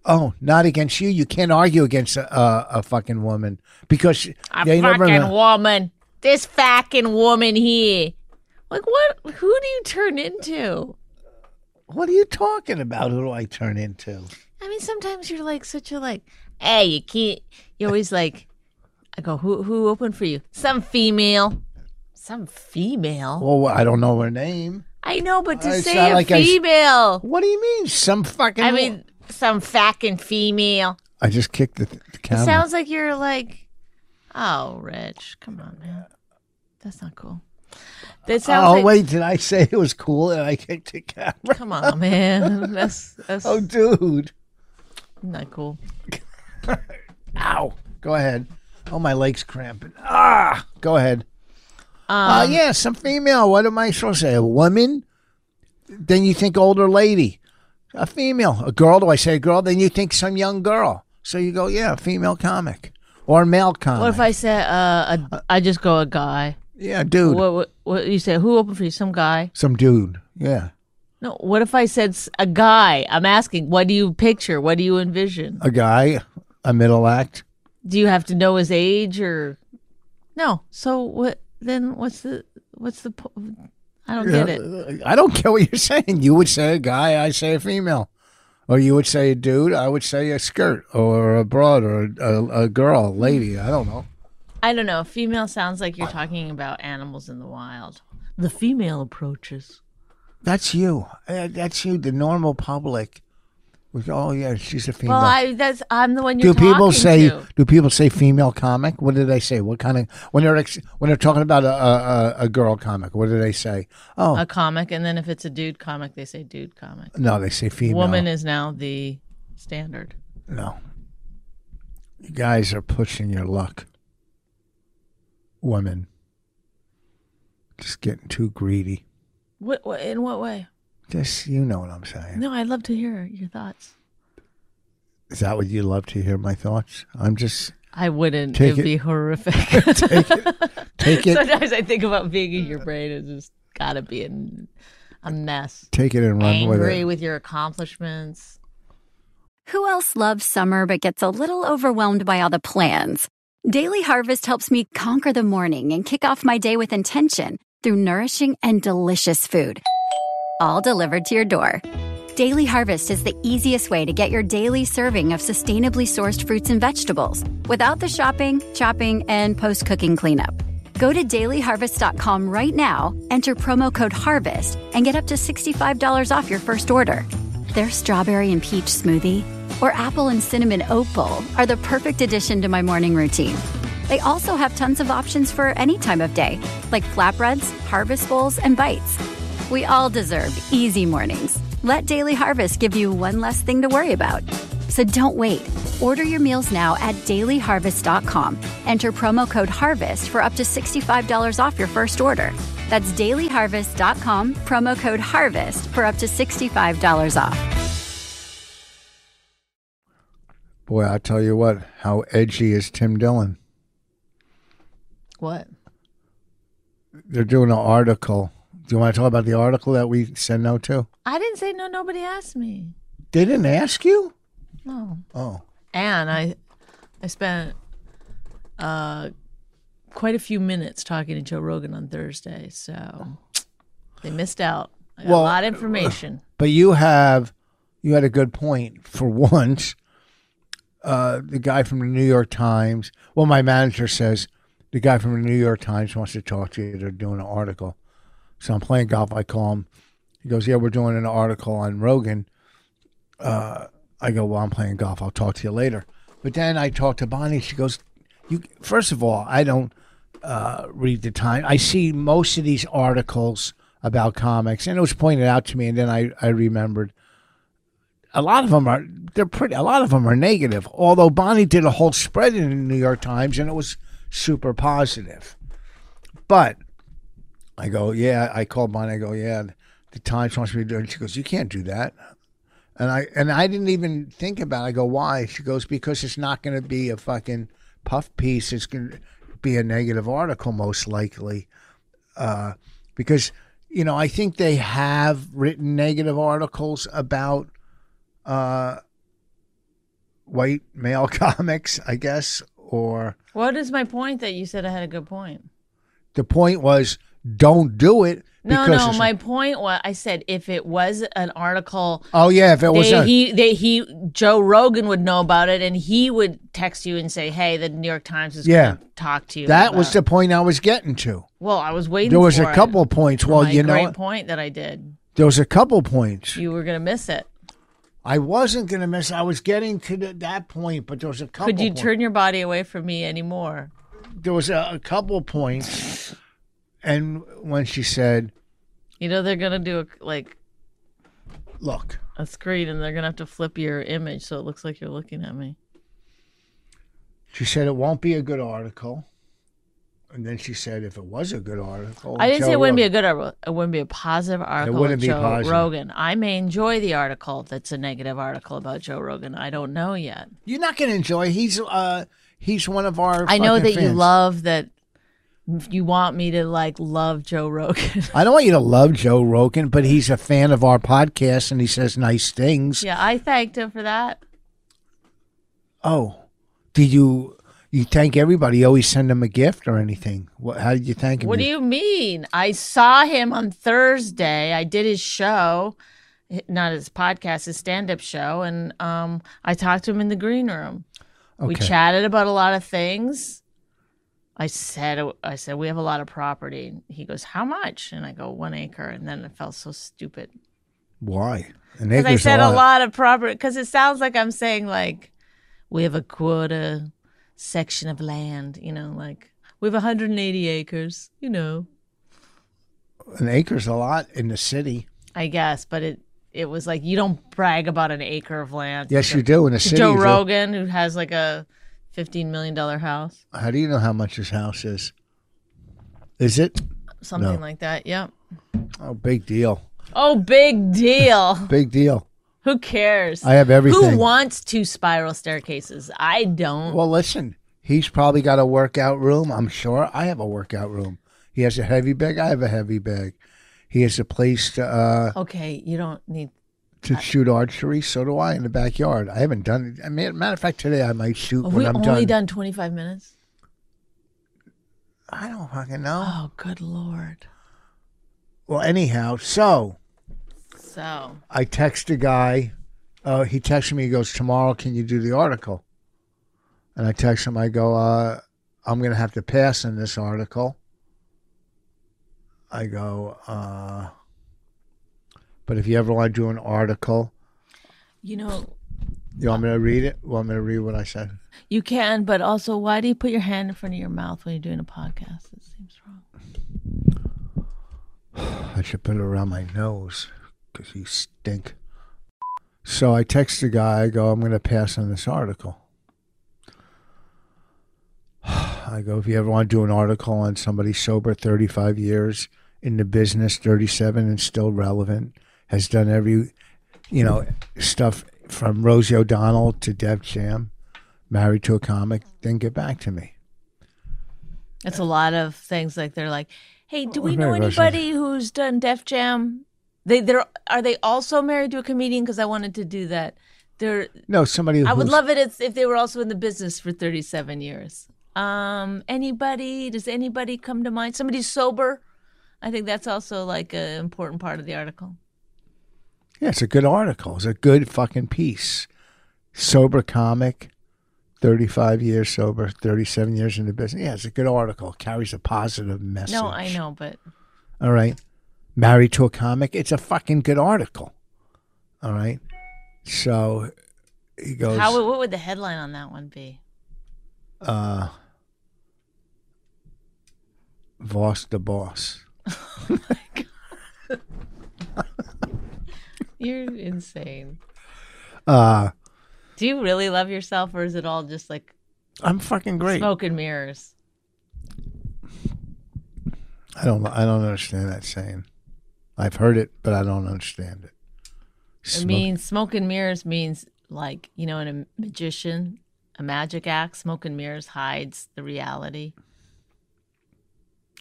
Speaker 2: Oh, not against you. You can't argue against a, a, a fucking woman because
Speaker 3: A
Speaker 2: they never.
Speaker 3: fucking woman. This fucking woman here. Like what? Who do you turn into?
Speaker 2: What are you talking about? Who do I turn into?
Speaker 3: I mean, sometimes you're like such a like, hey, you can't. You're always like, I go, who who opened for you? Some female, some female.
Speaker 2: Well, I don't know her name.
Speaker 3: I know, but to
Speaker 2: It's
Speaker 3: say
Speaker 2: not
Speaker 3: a
Speaker 2: like I s-
Speaker 3: female,
Speaker 2: What do you mean? Some fucking.
Speaker 3: I, mean, some fucking female.
Speaker 2: I just kicked the, the camera.
Speaker 3: Sounds like you're like, oh, Rich, come on, man, that's not cool. That sounds
Speaker 2: oh
Speaker 3: like,
Speaker 2: wait, did I say it was cool and I kicked the camera?
Speaker 3: come on, man, that's that's
Speaker 2: Oh, dude.
Speaker 3: not cool.
Speaker 2: Ow. Go ahead. Oh, my leg's cramping. Ah, go ahead. Uh,
Speaker 3: Um,
Speaker 2: yeah, some female. What am I supposed to say? A woman? Then you think older lady. A female. A girl. Do I say a girl? Then you think some young girl. So you go, yeah, female comic or male comic.
Speaker 3: What if I said, uh, a, I just go a guy?
Speaker 2: Yeah, dude.
Speaker 3: What, what what you said? Who opened for you? Some guy.
Speaker 2: some dude. Yeah.
Speaker 3: No, what if I said s- a guy? I'm asking, what do you picture? What do you envision?
Speaker 2: A guy. A middle act.
Speaker 3: Do you have to know his age or No. So what then what's the what's the po- I don't get it.
Speaker 2: I don't care what you're saying. You would say a guy, I say a female. Or you would say a dude, I would say a skirt or a broad or a, a, a girl, a lady. I don't know.
Speaker 3: I don't know. Female sounds like you're talking about animals in the wild. The female approaches.
Speaker 2: That's you. Uh, That's you. The normal public. Was, oh yeah, she's a female.
Speaker 3: Well, I that's I'm the one
Speaker 2: do
Speaker 3: you're
Speaker 2: people
Speaker 3: talking
Speaker 2: say
Speaker 3: to.
Speaker 2: do people say female comic? What do they say? What kind of when they're ex, when they're talking about a, a a- a girl comic? What do they say? Oh
Speaker 3: a comic, and then if it's a dude comic, they say dude comic.
Speaker 2: no, they say female.
Speaker 3: Woman is now the standard.
Speaker 2: No. You guys are pushing your luck. Women. Just getting too greedy.
Speaker 3: What, what in what way?
Speaker 2: Just you know what I'm saying.
Speaker 3: No, I'd love to hear your thoughts.
Speaker 2: Is that what you love to hear my thoughts? I'm just
Speaker 3: I wouldn't.
Speaker 2: Take
Speaker 3: It'd
Speaker 2: it-
Speaker 3: be horrific.
Speaker 2: take it Uh, take it
Speaker 3: Sometimes I think about being in your brain. It's just gotta be in a mess.
Speaker 2: take it and run with
Speaker 3: Angry
Speaker 2: it.
Speaker 3: with your accomplishments.
Speaker 4: Who else loves summer but gets a little overwhelmed by all the plans? Daily Harvest helps me conquer the morning and kick off my day with intention through nourishing and delicious food, all delivered to your door. Daily Harvest is the easiest way to get your daily serving of sustainably sourced fruits and vegetables without the shopping, chopping, and post cooking cleanup. Go to dailyharvest.com right now, enter promo code HARVEST, and get up to $65 off your first order. Their strawberry and peach smoothie or apple and cinnamon opal are the perfect addition to my morning routine. They also have tons of options for any time of day, like flatbreads, harvest bowls, and bites. We all deserve easy mornings. Let Daily Harvest give you one less thing to worry about. So don't wait. Order your meals now at dailyharvest.com. Enter promo code HARVEST for up to $65 off your first order. That's dailyharvest.com, promo code HARVEST for up to $65 off.
Speaker 2: Boy, I tell you what, how edgy is Tim Dillon?
Speaker 3: What?
Speaker 2: They're doing an article. Do you want to talk about the article that we said no to?
Speaker 3: I didn't say no. Nobody asked me.
Speaker 2: They didn't ask you?
Speaker 3: No.
Speaker 2: Oh.
Speaker 3: And I, I spent, uh, quite a few minutes talking to Joe Rogan on Thursday. So they missed out. I got
Speaker 2: Well,
Speaker 3: a lot of information.
Speaker 2: But you have, you had a good point for once. Uh, the guy from the New York Times. Well, my manager says the guy from the New York Times wants to talk to you. They're doing an article. So I'm playing golf. I call him. He goes, "Yeah, we're doing an article on Rogan." Uh, I go, "Well, I'm playing golf. I'll talk to you later." But then I talk to Bonnie. She goes, "You first of all, I don't read the time. I see most of these articles about comics, and it was pointed out to me, and then I, I remembered. A lot of them are they're pretty. A lot of them are negative. Although Bonnie did a whole spread in the New York Times, and it was super positive. But I go, yeah. I called Bonnie. I go, yeah. The Times wants me to do it. And she goes, you can't do that. And I and I didn't even think about. it. I go, why? She goes, because it's not going to be a fucking puff piece. It's going to be a negative article most likely, uh, because you know I think they have written negative articles about uh, white male comics, I guess. Or
Speaker 3: What is my point that you said I had a good point?
Speaker 2: the point was, don't do it.
Speaker 3: No,
Speaker 2: because
Speaker 3: no.
Speaker 2: it's-
Speaker 3: My point was I said if it was an article
Speaker 2: oh yeah, if it was
Speaker 3: they,
Speaker 2: a,
Speaker 3: he they, he Joe Rogan would know about it, and he would text you and say, "Hey, the New York Times is
Speaker 2: Yeah.
Speaker 3: going to talk to you."
Speaker 2: that
Speaker 3: about
Speaker 2: was
Speaker 3: it."
Speaker 2: the point I was getting to.
Speaker 3: well, I was waiting.
Speaker 2: There was
Speaker 3: for
Speaker 2: a
Speaker 3: it.
Speaker 2: couple of points.
Speaker 3: For
Speaker 2: Well,
Speaker 3: my
Speaker 2: you know,
Speaker 3: great
Speaker 2: what?
Speaker 3: point that I did.
Speaker 2: there was a couple points.
Speaker 3: You were going to miss it.
Speaker 2: I wasn't gonna miss. I was getting to the, that point, but there was a couple.
Speaker 3: Could you
Speaker 2: points.
Speaker 3: turn your body away from me anymore?
Speaker 2: There was a, a couple points, and when she said,
Speaker 3: You know they're going to do a, like
Speaker 2: "Look,
Speaker 3: a screen, and they're going to have to flip your image so it looks like you're looking at me.
Speaker 2: She said it won't be a good article. And then she said if it was a good article.
Speaker 3: I didn't
Speaker 2: Joe
Speaker 3: say it wouldn't be a
Speaker 2: Rogan-
Speaker 3: good article. It wouldn't be a positive article.
Speaker 2: wouldn't
Speaker 3: with
Speaker 2: be
Speaker 3: Joe
Speaker 2: positive.
Speaker 3: Rogan. I may enjoy the article that's a negative article about Joe Rogan. I don't know yet.
Speaker 2: You're not going to enjoy. He's uh he's one of our
Speaker 3: I know
Speaker 2: fucking
Speaker 3: that you
Speaker 2: fans.
Speaker 3: love that you want me to like love Joe Rogan.
Speaker 2: I don't want you to love Joe Rogan, but he's a fan of our podcast and he says nice things.
Speaker 3: yeah, I thanked him for that.
Speaker 2: Oh. Did you you thank everybody? You always send them a gift or anything? What how did you thank him?
Speaker 3: What do you mean? I saw him on Thursday. I did his show, not his podcast, his stand-up show, and um, I talked to him in the green room. We
Speaker 2: Okay.
Speaker 3: chatted about a lot of things. I said, I said, we have a lot of property. And he goes, how much? And I go, one acre. And then it felt so stupid.
Speaker 2: Why? An
Speaker 3: Because I
Speaker 2: acre's
Speaker 3: said a lot of property. Because it sounds like I'm saying like, we have a quarter section of land. You know, like we have 180 acres. You know,
Speaker 2: An acre's a lot in the city.
Speaker 3: I guess. But it it was like you don't brag about an acre of land.
Speaker 2: Yes, you do in the
Speaker 3: To
Speaker 2: city.
Speaker 3: Joe
Speaker 2: you do.
Speaker 3: Rogan, who has like a 15 million dollar house,
Speaker 2: How do you know how much his house is? Is it?
Speaker 3: something
Speaker 2: No.
Speaker 3: like that. Yep.
Speaker 2: Oh, big deal.
Speaker 3: Oh, big deal.
Speaker 2: Big deal.
Speaker 3: Who cares?
Speaker 2: I have everything.
Speaker 3: Who wants two spiral staircases? I don't.
Speaker 2: Well, listen, he's probably got a workout room. I'm sure I have a workout room. He has a heavy bag. I have a heavy bag. He has a place to uh,
Speaker 3: okay, you don't need. Uh,
Speaker 2: to shoot archery. So do I in the backyard. I haven't done it. I mean, matter of fact, today I might shoot
Speaker 3: Have
Speaker 2: when
Speaker 3: we
Speaker 2: I'm
Speaker 3: only
Speaker 2: done.
Speaker 3: done 25 minutes?
Speaker 2: I don't fucking know.
Speaker 3: Oh, good lord.
Speaker 2: Well, anyhow, so
Speaker 3: So,
Speaker 2: I text a guy. Uh, he texted me. He goes, "Tomorrow, can you do the article?" And I text him. I go, uh, "I'm going to have to pass on this article." I go, uh, "But if you ever want to do an article,
Speaker 3: you know,
Speaker 2: you want me to read it? Want me to read what I said?"
Speaker 3: you can, but also, why do you put your hand in front of your mouth when you're doing a podcast? It seems wrong.
Speaker 2: I should put it around my nose because you stink. So I text the guy, I go, I'm going to pass on this article. I go, if you ever want to do an article on somebody sober 35 years, in the business 37 and still relevant, has done every, you know, stuff from Rosie O'Donnell to Dev Jam, married to a comic, then get back to me.
Speaker 3: It's a lot of things like they're like, hey, do we
Speaker 2: Very
Speaker 3: know
Speaker 2: Russian.
Speaker 3: anybody who's done Def Jam? They, they're, are they also married to a comedian? Because I wanted to do that. They're,
Speaker 2: No, somebody
Speaker 3: I would
Speaker 2: who's-
Speaker 3: love it if, if they were also in the business for 37 years. Um, anybody? Does anybody come to mind? Somebody sober? I think that's also like an important part of the article.
Speaker 2: Yeah, it's a good article. It's a good fucking piece. Sober comic, 35 years sober, 37 years in the business. Yeah, it's a good article. Carries a positive message.
Speaker 3: No, I know, but
Speaker 2: All right. Married to a comic. It's a fucking good article. All right. So he goes,
Speaker 3: how? would- What would the headline on that one be?
Speaker 2: uh, Voss the boss.
Speaker 3: You're insane.
Speaker 2: Uh,
Speaker 3: Do you really love yourself, or is it all just like
Speaker 2: I'm fucking great.
Speaker 3: smoke and mirrors?
Speaker 2: I don't. I don't understand that saying. I've heard it, but I don't understand it.
Speaker 3: It
Speaker 2: Smoke-
Speaker 3: means smoke and mirrors means like you know, in a magician, a magic act, smoke and mirrors hides the reality.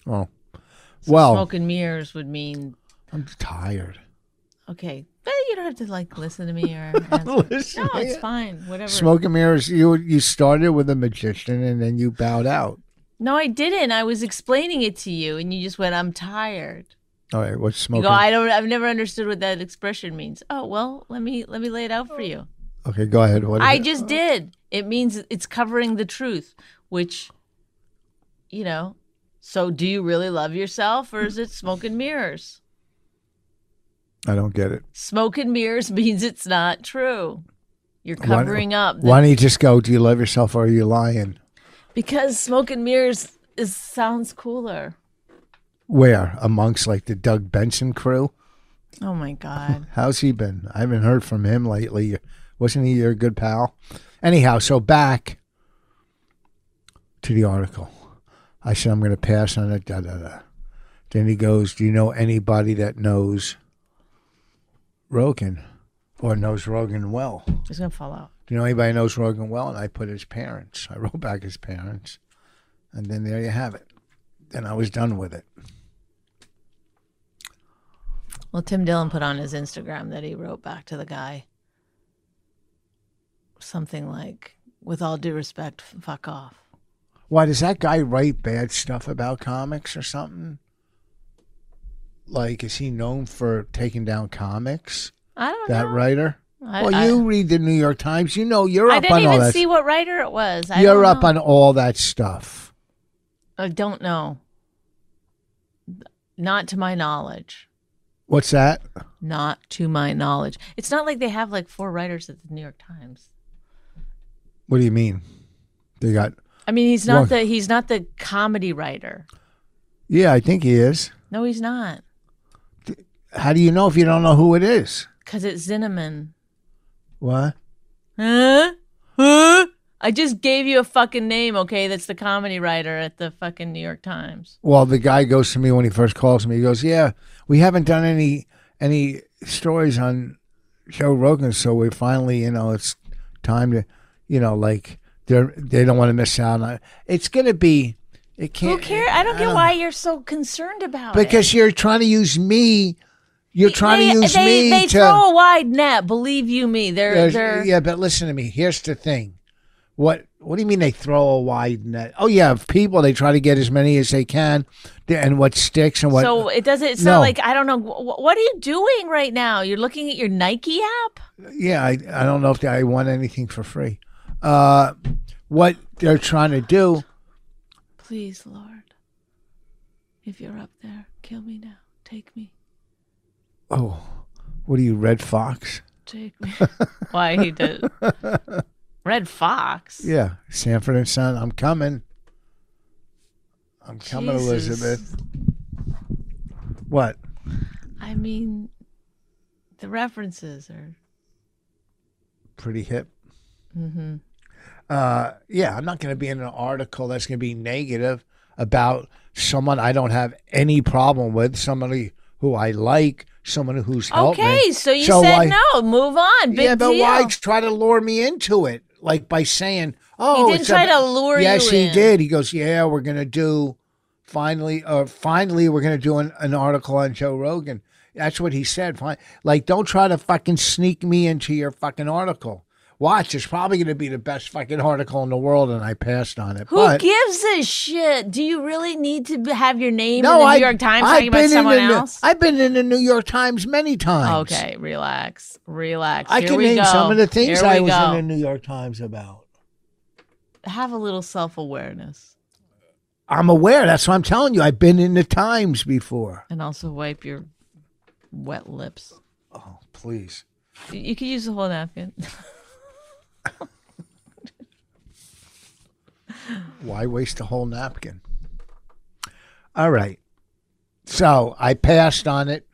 Speaker 2: oh,
Speaker 3: So
Speaker 2: Well-
Speaker 3: smoke and mirrors would mean
Speaker 2: I'm tired.
Speaker 3: Okay, but you don't have to like listen to me or answer.
Speaker 2: Listen,
Speaker 3: no, it's
Speaker 2: yeah.
Speaker 3: fine. Whatever.
Speaker 2: Smoke and mirrors. You you started with a magician and then you bowed out.
Speaker 3: No, I didn't. I was explaining it to you, and you just went, "I'm tired."
Speaker 2: All right, what's
Speaker 3: You
Speaker 2: smoking?
Speaker 3: go, "I don't. I've never understood what that expression means." Oh well, let me let me lay it out for you.
Speaker 2: okay, go ahead. What? is
Speaker 3: I
Speaker 2: it?
Speaker 3: just did. It means it's covering the truth, which, you know. So, do you really love yourself, or is it smoke and mirrors?
Speaker 2: I don't get it.
Speaker 3: Smoke and mirrors means it's not true. You're
Speaker 2: Why don't-
Speaker 3: covering up. the
Speaker 2: Why don't you just go? Do you love yourself or are you lying?
Speaker 3: Because smoke and mirrors is sounds cooler.
Speaker 2: Where amongst like the Doug Benson crew?
Speaker 3: Oh my god.
Speaker 2: How's he been? I haven't heard from him lately. Wasn't he your good pal? Anyhow, so back to the article. I said I'm going to pass on it. Da da da. Then he goes, "Do you know anybody that knows Rogan or knows Rogan well?"
Speaker 3: It's gonna fall out.
Speaker 2: Do you know anybody who knows Rogan well? And I put his parents. I wrote back his parents. And then there you have it. Then I was done with it.
Speaker 3: Well, Tim Dillon put on his Instagram that he wrote back to the guy something like, "With all due respect, f- fuck off."
Speaker 2: Why does that guy write bad stuff about comics or something? Like, is he known for taking down comics?
Speaker 3: I don't
Speaker 2: That
Speaker 3: know.
Speaker 2: writer?
Speaker 3: I,
Speaker 2: well,
Speaker 3: I-
Speaker 2: you read the New York Times. You know, you're
Speaker 3: I
Speaker 2: up on
Speaker 3: didn't
Speaker 2: all
Speaker 3: even
Speaker 2: that.
Speaker 3: see what writer it was. I
Speaker 2: you're
Speaker 3: don't
Speaker 2: up
Speaker 3: know.
Speaker 2: on all that stuff.
Speaker 3: I don't know. Not to my knowledge.
Speaker 2: What's that?
Speaker 3: Not to my knowledge. It's not like they have like four writers at the New York Times.
Speaker 2: What do you mean? They got.
Speaker 3: I mean, he's not
Speaker 2: Right.
Speaker 3: the he's not the comedy writer.
Speaker 2: Yeah, I think he is.
Speaker 3: No, he's not.
Speaker 2: How do you know if you don't know who it is?
Speaker 3: Cause it's Zinneman.
Speaker 2: What?
Speaker 3: Huh? Huh? I just gave you a fucking name, okay? That's the comedy writer at the fucking New York Times.
Speaker 2: Well, the guy goes to me when he first calls me. He goes, "Yeah, we haven't done any any stories on Joe Rogan, so we finally, you know, it's time to, you know, like they they don't want to miss out on. It's gonna be, it
Speaker 3: Who
Speaker 2: can't. um,
Speaker 3: cares? I don't get why you're so concerned about it.
Speaker 2: because you're trying to use me. You're trying
Speaker 3: they,
Speaker 2: to use
Speaker 3: they,
Speaker 2: me
Speaker 3: they
Speaker 2: to.
Speaker 3: throw a wide net. Believe you me, they're
Speaker 2: There's-
Speaker 3: they're
Speaker 2: yeah, but listen to me. Here's the thing. What What do you mean they throw a wide net? Oh yeah, people they try to get as many as they can, th- and what sticks and what.
Speaker 3: so it doesn't. It's
Speaker 2: No.
Speaker 3: not like I don't know. Wh- wh- What are you doing right now? You're looking at your Nike app.
Speaker 2: yeah, I, I don't know if I want anything for free. Uh, what they're trying to do.
Speaker 3: Please, Lord, if you're up there, kill me now. Take me,
Speaker 2: Oh, what are you, Red Fox?
Speaker 3: take me. Why he did? Red Fox.
Speaker 2: Yeah, Sanford and Son. I'm coming. I'm coming,
Speaker 3: Jesus.
Speaker 2: Elizabeth. What?
Speaker 3: I mean, the references are.
Speaker 2: pretty hip.
Speaker 3: Mm-hmm.
Speaker 2: Uh, yeah, I'm not going to be in an article that's going to be negative about someone I don't have any problem with, somebody who I like, someone who's helped me.
Speaker 3: Okay, so you
Speaker 2: So
Speaker 3: said
Speaker 2: why-
Speaker 3: no. Move on. Big
Speaker 2: yeah, but
Speaker 3: deal.
Speaker 2: why try to lure me into it? Like by saying, "Oh,
Speaker 3: didn't
Speaker 2: it's
Speaker 3: try
Speaker 2: a-
Speaker 3: to lure
Speaker 2: yes,
Speaker 3: you
Speaker 2: he
Speaker 3: in.
Speaker 2: did. He goes, "Yeah, we're gonna do finally, uh, finally, we're gonna do an, an article on Joe Rogan." That's what he said. Fine, like don't try to fucking sneak me into your fucking article. Watch, it's probably gonna be the best fucking article in the world, and I passed on it.
Speaker 3: Who
Speaker 2: but
Speaker 3: gives a shit? Do you really need to b- have your name
Speaker 2: no,
Speaker 3: in the New
Speaker 2: I,
Speaker 3: York Times
Speaker 2: I've
Speaker 3: talking
Speaker 2: been
Speaker 3: about someone
Speaker 2: in the,
Speaker 3: else?
Speaker 2: I've been in the New York Times many times.
Speaker 3: okay, relax, relax.
Speaker 2: I
Speaker 3: Here
Speaker 2: can
Speaker 3: we
Speaker 2: name
Speaker 3: go.
Speaker 2: some of the things
Speaker 3: Here
Speaker 2: I
Speaker 3: we
Speaker 2: was
Speaker 3: go.
Speaker 2: in the New York Times about.
Speaker 3: Have a little self awareness,
Speaker 2: I'm aware. That's what I'm telling you. I've been in the times before.
Speaker 3: and also wipe your wet lips.
Speaker 2: Oh, please.
Speaker 3: You- You could use the whole napkin.
Speaker 2: Why waste a whole napkin? All right. So I passed on it,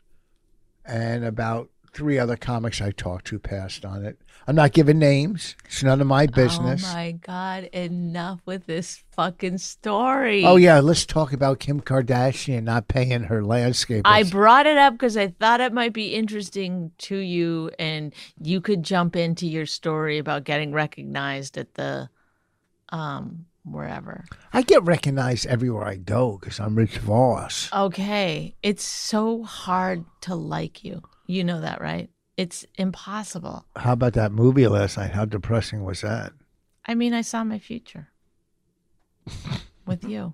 Speaker 2: and about three other comics I talked to passed on it. I'm not giving names. It's none of my business.
Speaker 3: Oh my god! Enough with this fucking story.
Speaker 2: Oh, yeah, let's talk about Kim Kardashian not paying her landscapers.
Speaker 3: I brought it up because I thought it might be interesting to you, and you could jump into your story about getting recognized at the um wherever.
Speaker 2: I get recognized everywhere I go because I'm Rich Voss.
Speaker 3: Okay, it's so hard to like you. You know that, right? It's impossible.
Speaker 2: How about that movie last night? How depressing was that?
Speaker 3: I mean, I saw my future with you.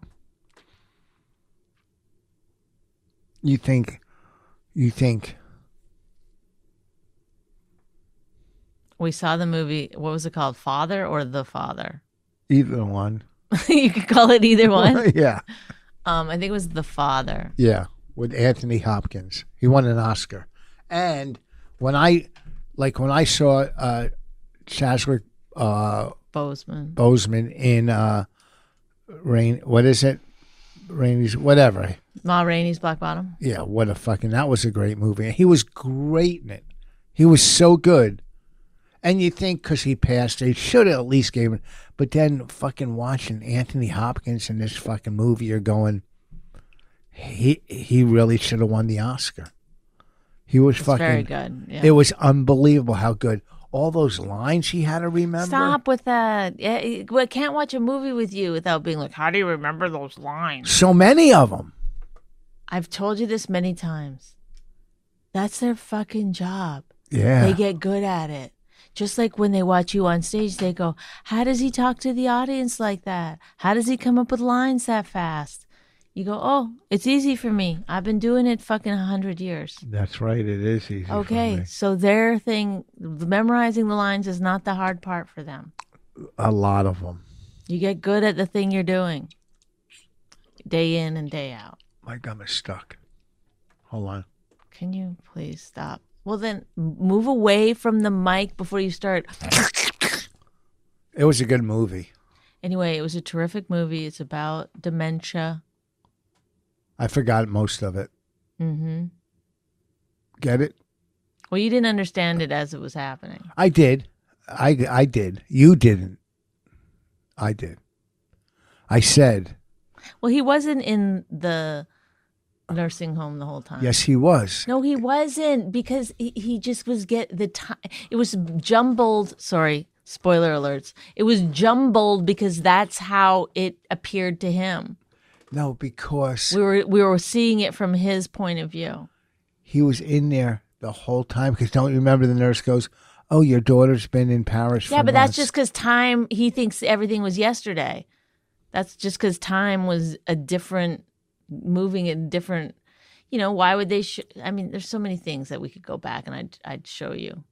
Speaker 2: you think you think
Speaker 3: We saw the movie. What was it called? Father or the Father?
Speaker 2: either one
Speaker 3: you could call it either one.
Speaker 2: yeah
Speaker 3: Um, I think it was the Father.
Speaker 2: yeah with anthony hopkins he won an oscar and when i like when i saw uh chadwick uh
Speaker 3: Bozeman.
Speaker 2: bozeman in uh rain what is it rainey's whatever
Speaker 3: Ma Rainey's Black Bottom.
Speaker 2: yeah what a fucking that was a great movie and he was great in it he was so good and you think because he passed they should have at least gave him but then fucking watching anthony hopkins in this fucking movie you're going he he really should have won the oscar he was
Speaker 3: It's
Speaker 2: fucking
Speaker 3: very good. Yeah.
Speaker 2: it was unbelievable how good all those lines he had to remember
Speaker 3: Stop with that. Yeah, it- well, I can't watch a movie with you without being like, how do you remember those lines?
Speaker 2: so many of them
Speaker 3: I've told you this many times. That's their fucking job.
Speaker 2: yeah
Speaker 3: They get good at it. Just like when they watch you on stage, they go, How does he talk to the audience like that? How does he come up with lines that fast? You go, Oh, it's easy for me. I've been doing it fucking 100 years.
Speaker 2: that's right it is easy for
Speaker 3: Okay,
Speaker 2: me.
Speaker 3: so their thing, memorizing the lines is not the hard part for them.
Speaker 2: a lot of them
Speaker 3: You get good at the thing you're doing. day in and day out.
Speaker 2: My gum is stuck. Hold on.
Speaker 3: Can you please stop? Well, then m- move away from the mic before you start.
Speaker 2: It was a good movie.
Speaker 3: Anyway, it was a terrific movie. It's about dementia.
Speaker 2: I forgot most of it.
Speaker 3: hmm
Speaker 2: Get it?
Speaker 3: Well, you didn't understand it as it was happening.
Speaker 2: I did. I I did. You didn't. I did. I said
Speaker 3: Well, he wasn't in the nursing home the whole time.
Speaker 2: yes. He was.
Speaker 3: No, he wasn't because he, he just was get the time. It was jumbled. Sorry, spoiler alerts. It was jumbled because that's how it appeared to him.
Speaker 2: No, because
Speaker 3: We were we were seeing it from his point of view.
Speaker 2: he was in there the whole time. Because don't you remember the nurse goes, "Oh, your daughter's been in Paris."
Speaker 3: yeah,
Speaker 2: for
Speaker 3: but that's
Speaker 2: months."
Speaker 3: just because time. He thinks everything was yesterday. That's just because time was a different, moving in different. You know, why would they? Sh- I mean, there's so many things that we could go back and I'd I'd show you.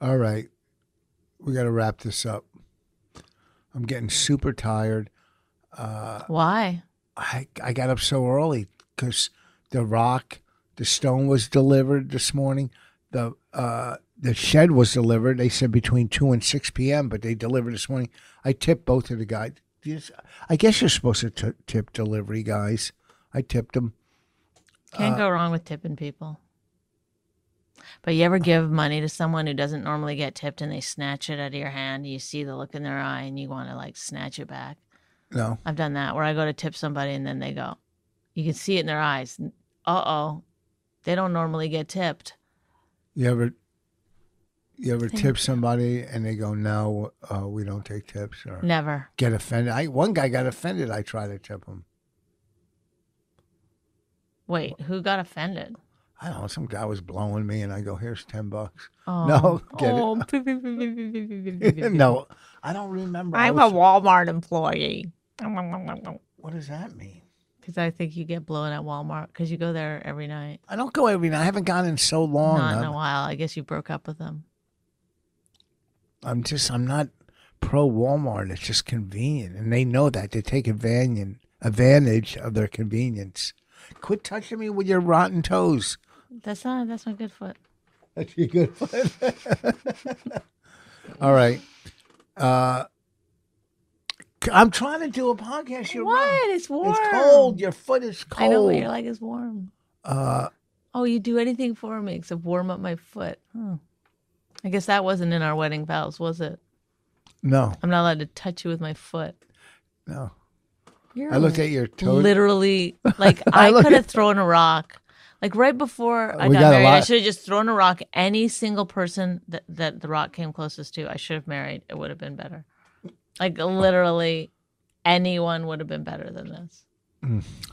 Speaker 2: All right. We got to wrap this up. I'm getting super tired.
Speaker 3: Why?
Speaker 2: I, I got up so early because the rock, the stone was delivered this morning. The uh, the shed was delivered. They said between two and six p.m., but they delivered this morning. I tipped both of the guys. Yes, I guess you're supposed to t- tip delivery guys. I tipped them.
Speaker 3: Can't go wrong with tipping people. But you ever give money to someone who doesn't normally get tipped and they snatch it out of your hand? You see the look in their eye and you want to like snatch it back.
Speaker 2: No,
Speaker 3: I've done that where I go to tip somebody and then they go, you can see it in their eyes. Uh oh, they don't normally get tipped.
Speaker 2: you ever you ever tip somebody and they go, "No, uh, we don't take tips," or
Speaker 3: Never.
Speaker 2: get offended. I one guy got offended. I tried to tip him.
Speaker 3: Wait, who got offended?
Speaker 2: I don't know. Some guy was blowing me, and I go, "Here's ten bucks."
Speaker 3: Oh,
Speaker 2: No, get it.
Speaker 3: oh.
Speaker 2: no, I don't remember. I
Speaker 3: I'm a
Speaker 2: was-
Speaker 3: Walmart employee.
Speaker 2: what does that mean?
Speaker 3: Because I think you get blown at Walmart because you go there every night.
Speaker 2: I don't go every night. I haven't gone in so long.
Speaker 3: Not in a
Speaker 2: I'm-
Speaker 3: while. I guess you broke up with them.
Speaker 2: I'm just. I'm not pro Walmart. It's just convenient, and they know that. They take advantage advantage of their convenience. Quit touching me with your rotten toes.
Speaker 3: That's not. That's not good foot.
Speaker 2: That's a good one. All right. Uh, I'm trying to do a podcast. You're wrong.
Speaker 3: What? It's warm.
Speaker 2: It's cold. Your foot is cold.
Speaker 3: I know what you're like. It's warm.
Speaker 2: Uh,
Speaker 3: Oh, you do anything for me except warm up my foot. Hmm. I guess that wasn't in our wedding vows, was it?
Speaker 2: no,
Speaker 3: I'm not allowed to touch you with my foot.
Speaker 2: no.
Speaker 3: You're
Speaker 2: I looked at your toes.
Speaker 3: literally like
Speaker 2: I
Speaker 3: I,
Speaker 2: look
Speaker 3: could have
Speaker 2: at- Uh,
Speaker 3: thrown a rock. Like right before I
Speaker 2: We
Speaker 3: got,
Speaker 2: got a
Speaker 3: married, I
Speaker 2: lot-
Speaker 3: should have just thrown a rock. Any single person that, that the rock came closest to, I should have married. It would have been better. Like literally, anyone would have been better than this.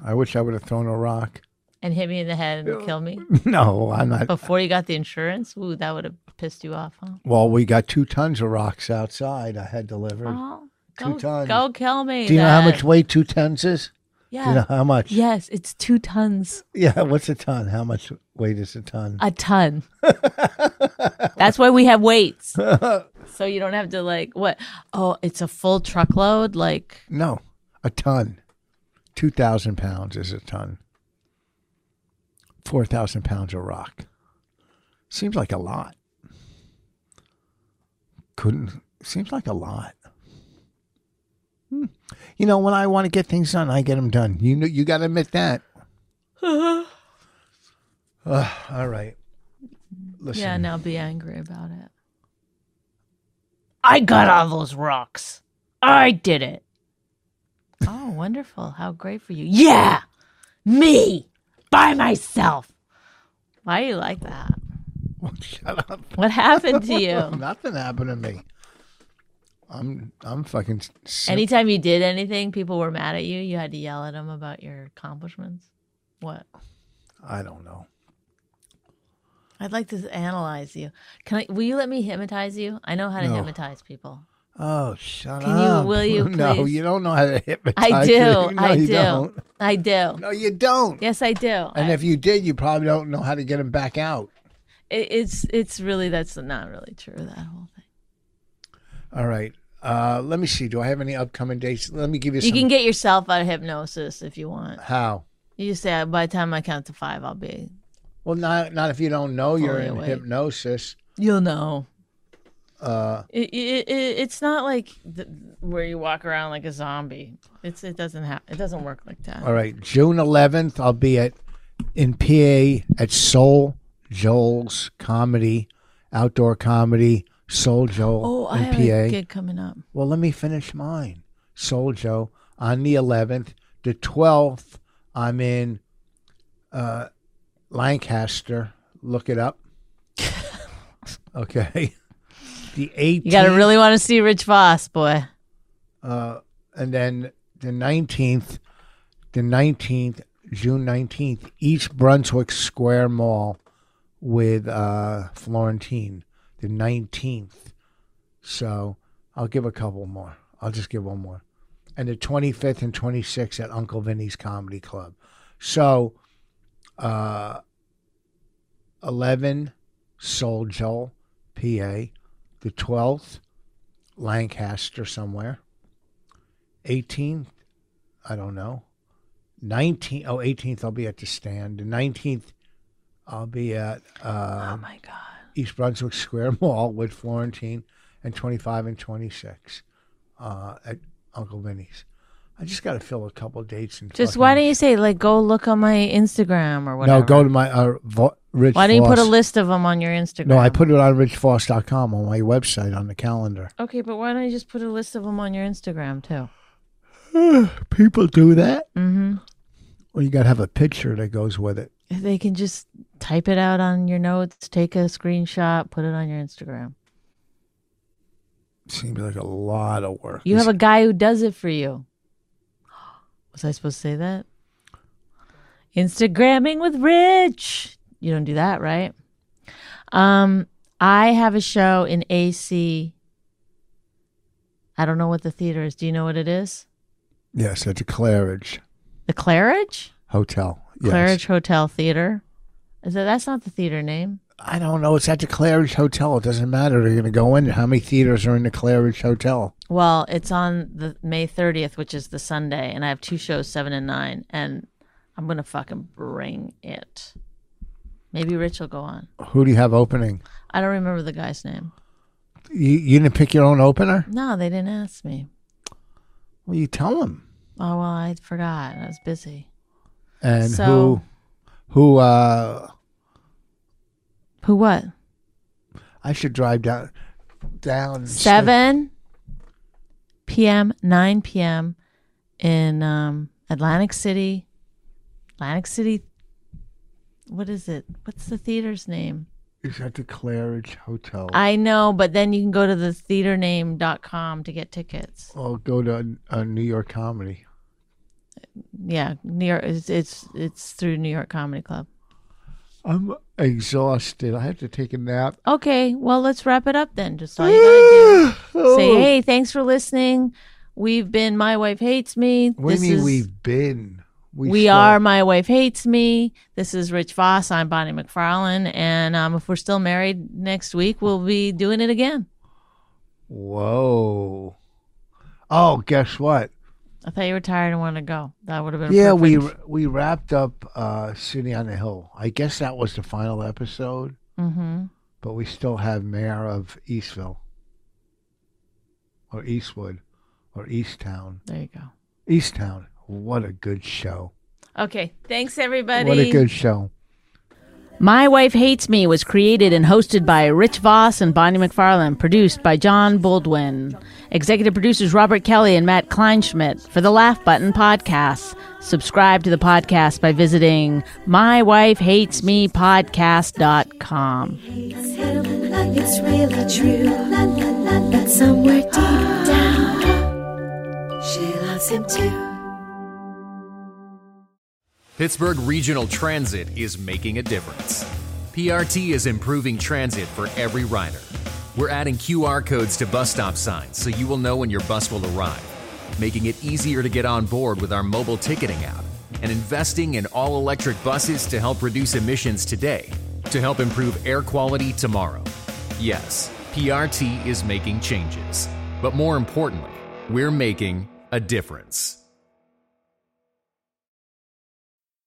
Speaker 2: I wish I would have thrown a rock.
Speaker 3: And hit me in the head and kill me
Speaker 2: No, I'm not.
Speaker 3: before you got the insurance. Ooh, that would have pissed you off, huh?
Speaker 2: Well, we got two tons of rocks outside. I had delivered.
Speaker 3: Oh,
Speaker 2: Two
Speaker 3: go,
Speaker 2: tons.
Speaker 3: go kill me.
Speaker 2: Do you know how
Speaker 3: then.
Speaker 2: much weight two tons is? Do
Speaker 3: Yeah.
Speaker 2: you know how much?
Speaker 3: Yes, it's two tons.
Speaker 2: Yeah. What's a ton? How much weight is a ton?
Speaker 3: A ton. That's why we have weights. so you don't have to like what? Oh, it's a full truckload. Like
Speaker 2: No, a ton. 2,000 pounds is a ton. 4,000 pounds of rock. Seems like a lot. Couldn't, seems like a lot. Hmm. You know, when I want to get things done, I get them done. You know, you got to admit that. Ugh, all right. Listen,
Speaker 3: yeah, now be angry about it. I got all those rocks. I did it. Oh, wonderful. How great for you. Yeah. Me by myself. Why do you like that?
Speaker 2: shut up.
Speaker 3: What happened to you?
Speaker 2: Nothing happened to me. I'm, I'm fucking. sick.
Speaker 3: Anytime you did anything, people were mad at you. You had to yell at them about your accomplishments. What?
Speaker 2: I don't know.
Speaker 3: I'd like to analyze you. Can I? Will you let me hypnotize you? I know how to
Speaker 2: No.
Speaker 3: hypnotize people.
Speaker 2: Oh, shut
Speaker 3: Can you-
Speaker 2: up.
Speaker 3: will you
Speaker 2: No,
Speaker 3: please?
Speaker 2: you don't know how to hypnotize.
Speaker 3: I
Speaker 2: me.
Speaker 3: do.
Speaker 2: No,
Speaker 3: I
Speaker 2: you
Speaker 3: do.
Speaker 2: Don't.
Speaker 3: I do.
Speaker 2: No, you don't.
Speaker 3: Yes, I do.
Speaker 2: And
Speaker 3: I-
Speaker 2: if you did, you probably don't know how to get him back out.
Speaker 3: it, it's it's really that's not really true. That whole thing.
Speaker 2: All right. Uh, let me see. Do I have any upcoming dates? Let me give you.
Speaker 3: You
Speaker 2: some.
Speaker 3: can get yourself out of hypnosis if you want.
Speaker 2: how?
Speaker 3: You just say, by the time I count to five, I'll be.
Speaker 2: Well, not not if you don't know you're
Speaker 3: Fully
Speaker 2: in
Speaker 3: awake.
Speaker 2: hypnosis.
Speaker 3: You'll know.
Speaker 2: Uh,
Speaker 3: It, it, it, it's not like the, where you walk around like a zombie. It's it doesn't have it doesn't work like that.
Speaker 2: all right, June 11th, I'll be at in PA at Soul Joel's Comedy, outdoor comedy. Soul Joel
Speaker 3: Oh, I
Speaker 2: in
Speaker 3: have
Speaker 2: PA.
Speaker 3: a gig coming up.
Speaker 2: Well, let me finish mine. Soul Joe on the 11th. The 12th, I'm in uh, Lancaster. Look it up. okay. The 18th.
Speaker 3: You gotta really want to see Rich Voss, boy.
Speaker 2: Uh, and then the 19th, the 19th, June 19th, East Brunswick Square Mall with uh, Florentine, the 19th. So I'll give a couple more. I'll just give one more. And the 25th and 26th at Uncle Vinny's Comedy Club. So uh, 11, Soul Joel, PA. The 12th, Lancaster somewhere. 18th, I don't know. 19th, oh, 18th, I'll be at the stand. The 19th, I'll be at
Speaker 3: oh
Speaker 2: uh,
Speaker 3: my god.
Speaker 2: East Brunswick Square Mall with Florentine and 25 and 26 uh, at Uncle Vinny's. I just got to fill a couple dates and
Speaker 3: Just
Speaker 2: fucking-
Speaker 3: why don't you say like go look on my Instagram or whatever?
Speaker 2: No, go to my uh, vo- Rich.
Speaker 3: Why don't you put a
Speaker 2: Voss.
Speaker 3: list of them on your Instagram?
Speaker 2: No, I put it on richfoss.com on my website on the calendar.
Speaker 3: Okay, but why don't you just put a list of them on your Instagram too?
Speaker 2: People do that.
Speaker 3: Mm-hmm.
Speaker 2: Well, you got to have a picture that goes with it.
Speaker 3: They can just type it out on your notes, take a screenshot, put it on your Instagram.
Speaker 2: Seems like a lot of work.
Speaker 3: You have a guy who does it for you. Was I supposed to say that? Instagramming with Rich. You don't do that, right? Um, I have a show in AC. I don't know what the theater is. Do you know what it is?
Speaker 2: yes, at the Claridge
Speaker 3: The Claridge?
Speaker 2: Hotel. Yes.
Speaker 3: Claridge Hotel Theater. Is that that's not the theater name?
Speaker 2: I don't know. It's at the Claridge Hotel. It doesn't matter. They're going to go in. How many theaters are in the Claridge Hotel?
Speaker 3: Well, it's on the May 30th, which is the Sunday, and I have two shows, 7 and 9, and I'm going to fucking bring it. Maybe Rich will go on.
Speaker 2: Who do you have opening?
Speaker 3: I don't remember the guy's name.
Speaker 2: You, you didn't pick your own opener?
Speaker 3: No, they didn't ask me.
Speaker 2: Well, you tell them.
Speaker 3: Oh, well, I forgot. I was busy.
Speaker 2: And
Speaker 3: So-
Speaker 2: who, who, uh,
Speaker 3: Who what?
Speaker 2: I should drive down, down.
Speaker 3: 7 p.m., 9 p.m. in um, Atlantic City. Atlantic City. What is it? What's the theater's name?
Speaker 2: It's at the Claridge Hotel.
Speaker 3: I know, but then you can go to the theatername.com to get tickets.
Speaker 2: I'll go to uh, New York Comedy.
Speaker 3: Yeah, New York it's it's, it's through New York Comedy Club.
Speaker 2: I'm exhausted. I have to take a nap.
Speaker 3: Okay, well let's wrap it up then. Just all you gotta
Speaker 2: Oh,
Speaker 3: do. Say, hey, thanks for listening. We've been My Wife Hates Me.
Speaker 2: What do
Speaker 3: This
Speaker 2: you mean
Speaker 3: is-
Speaker 2: we've been?
Speaker 3: we,
Speaker 2: still-
Speaker 3: are My Wife Hates Me. This is Rich Voss. I'm Bonnie McFarlane. And um, if we're still married next week, we'll be doing it again.
Speaker 2: Whoa. Oh, guess what?
Speaker 3: I thought you were tired and wanted to go. That would have been
Speaker 2: Yeah, we
Speaker 3: perfect.
Speaker 2: we wrapped up uh, City on the Hill. I guess that was the final episode,
Speaker 3: mm-hmm.
Speaker 2: but we still have Mayor of Eastville, or Eastwood, or Easttown.
Speaker 3: There you go.
Speaker 2: Easttown. What a good show.
Speaker 3: Okay. Thanks, everybody.
Speaker 2: What a good show.
Speaker 3: My Wife Hates Me was created and hosted by Rich Voss and Bonnie McFarlane, produced by John Baldwin. Executive producers Robert Kelly and Matt Kleinschmidt for the Laugh Button Podcast. Subscribe to the podcast by visiting mywifehatesmepodcast.com.
Speaker 1: hates him. It's really true that somewhere deep down she loves him too.
Speaker 5: Pittsburgh Regional Transit is making a difference. PRT is improving transit for every rider. We're adding QR codes to bus stop signs so you will know when your bus will arrive, making it easier to get on board with our mobile ticketing app, and investing in all electric buses to help reduce emissions today to help improve air quality tomorrow. Yes, PRT is making changes, But more importantly, we're making a difference.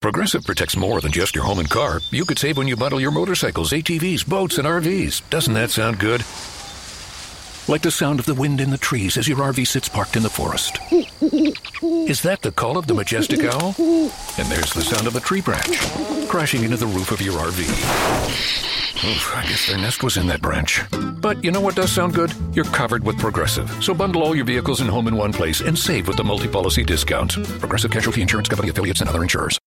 Speaker 6: Progressive protects more than just your home and car. You could save when you bundle your motorcycles, ATVs, boats, and RVs. Doesn't that sound good? Like the sound of the wind in the trees as your RV sits parked in the forest. Is that the call of the majestic owl? And there's the sound of a tree branch crashing into the roof of your RV. Oof, I guess their nest was in that branch. But you know what does sound good? You're covered with Progressive. So bundle all your vehicles and home in one place and save with the multi policy discount. Progressive Casualty Insurance Company affiliates and other insurers.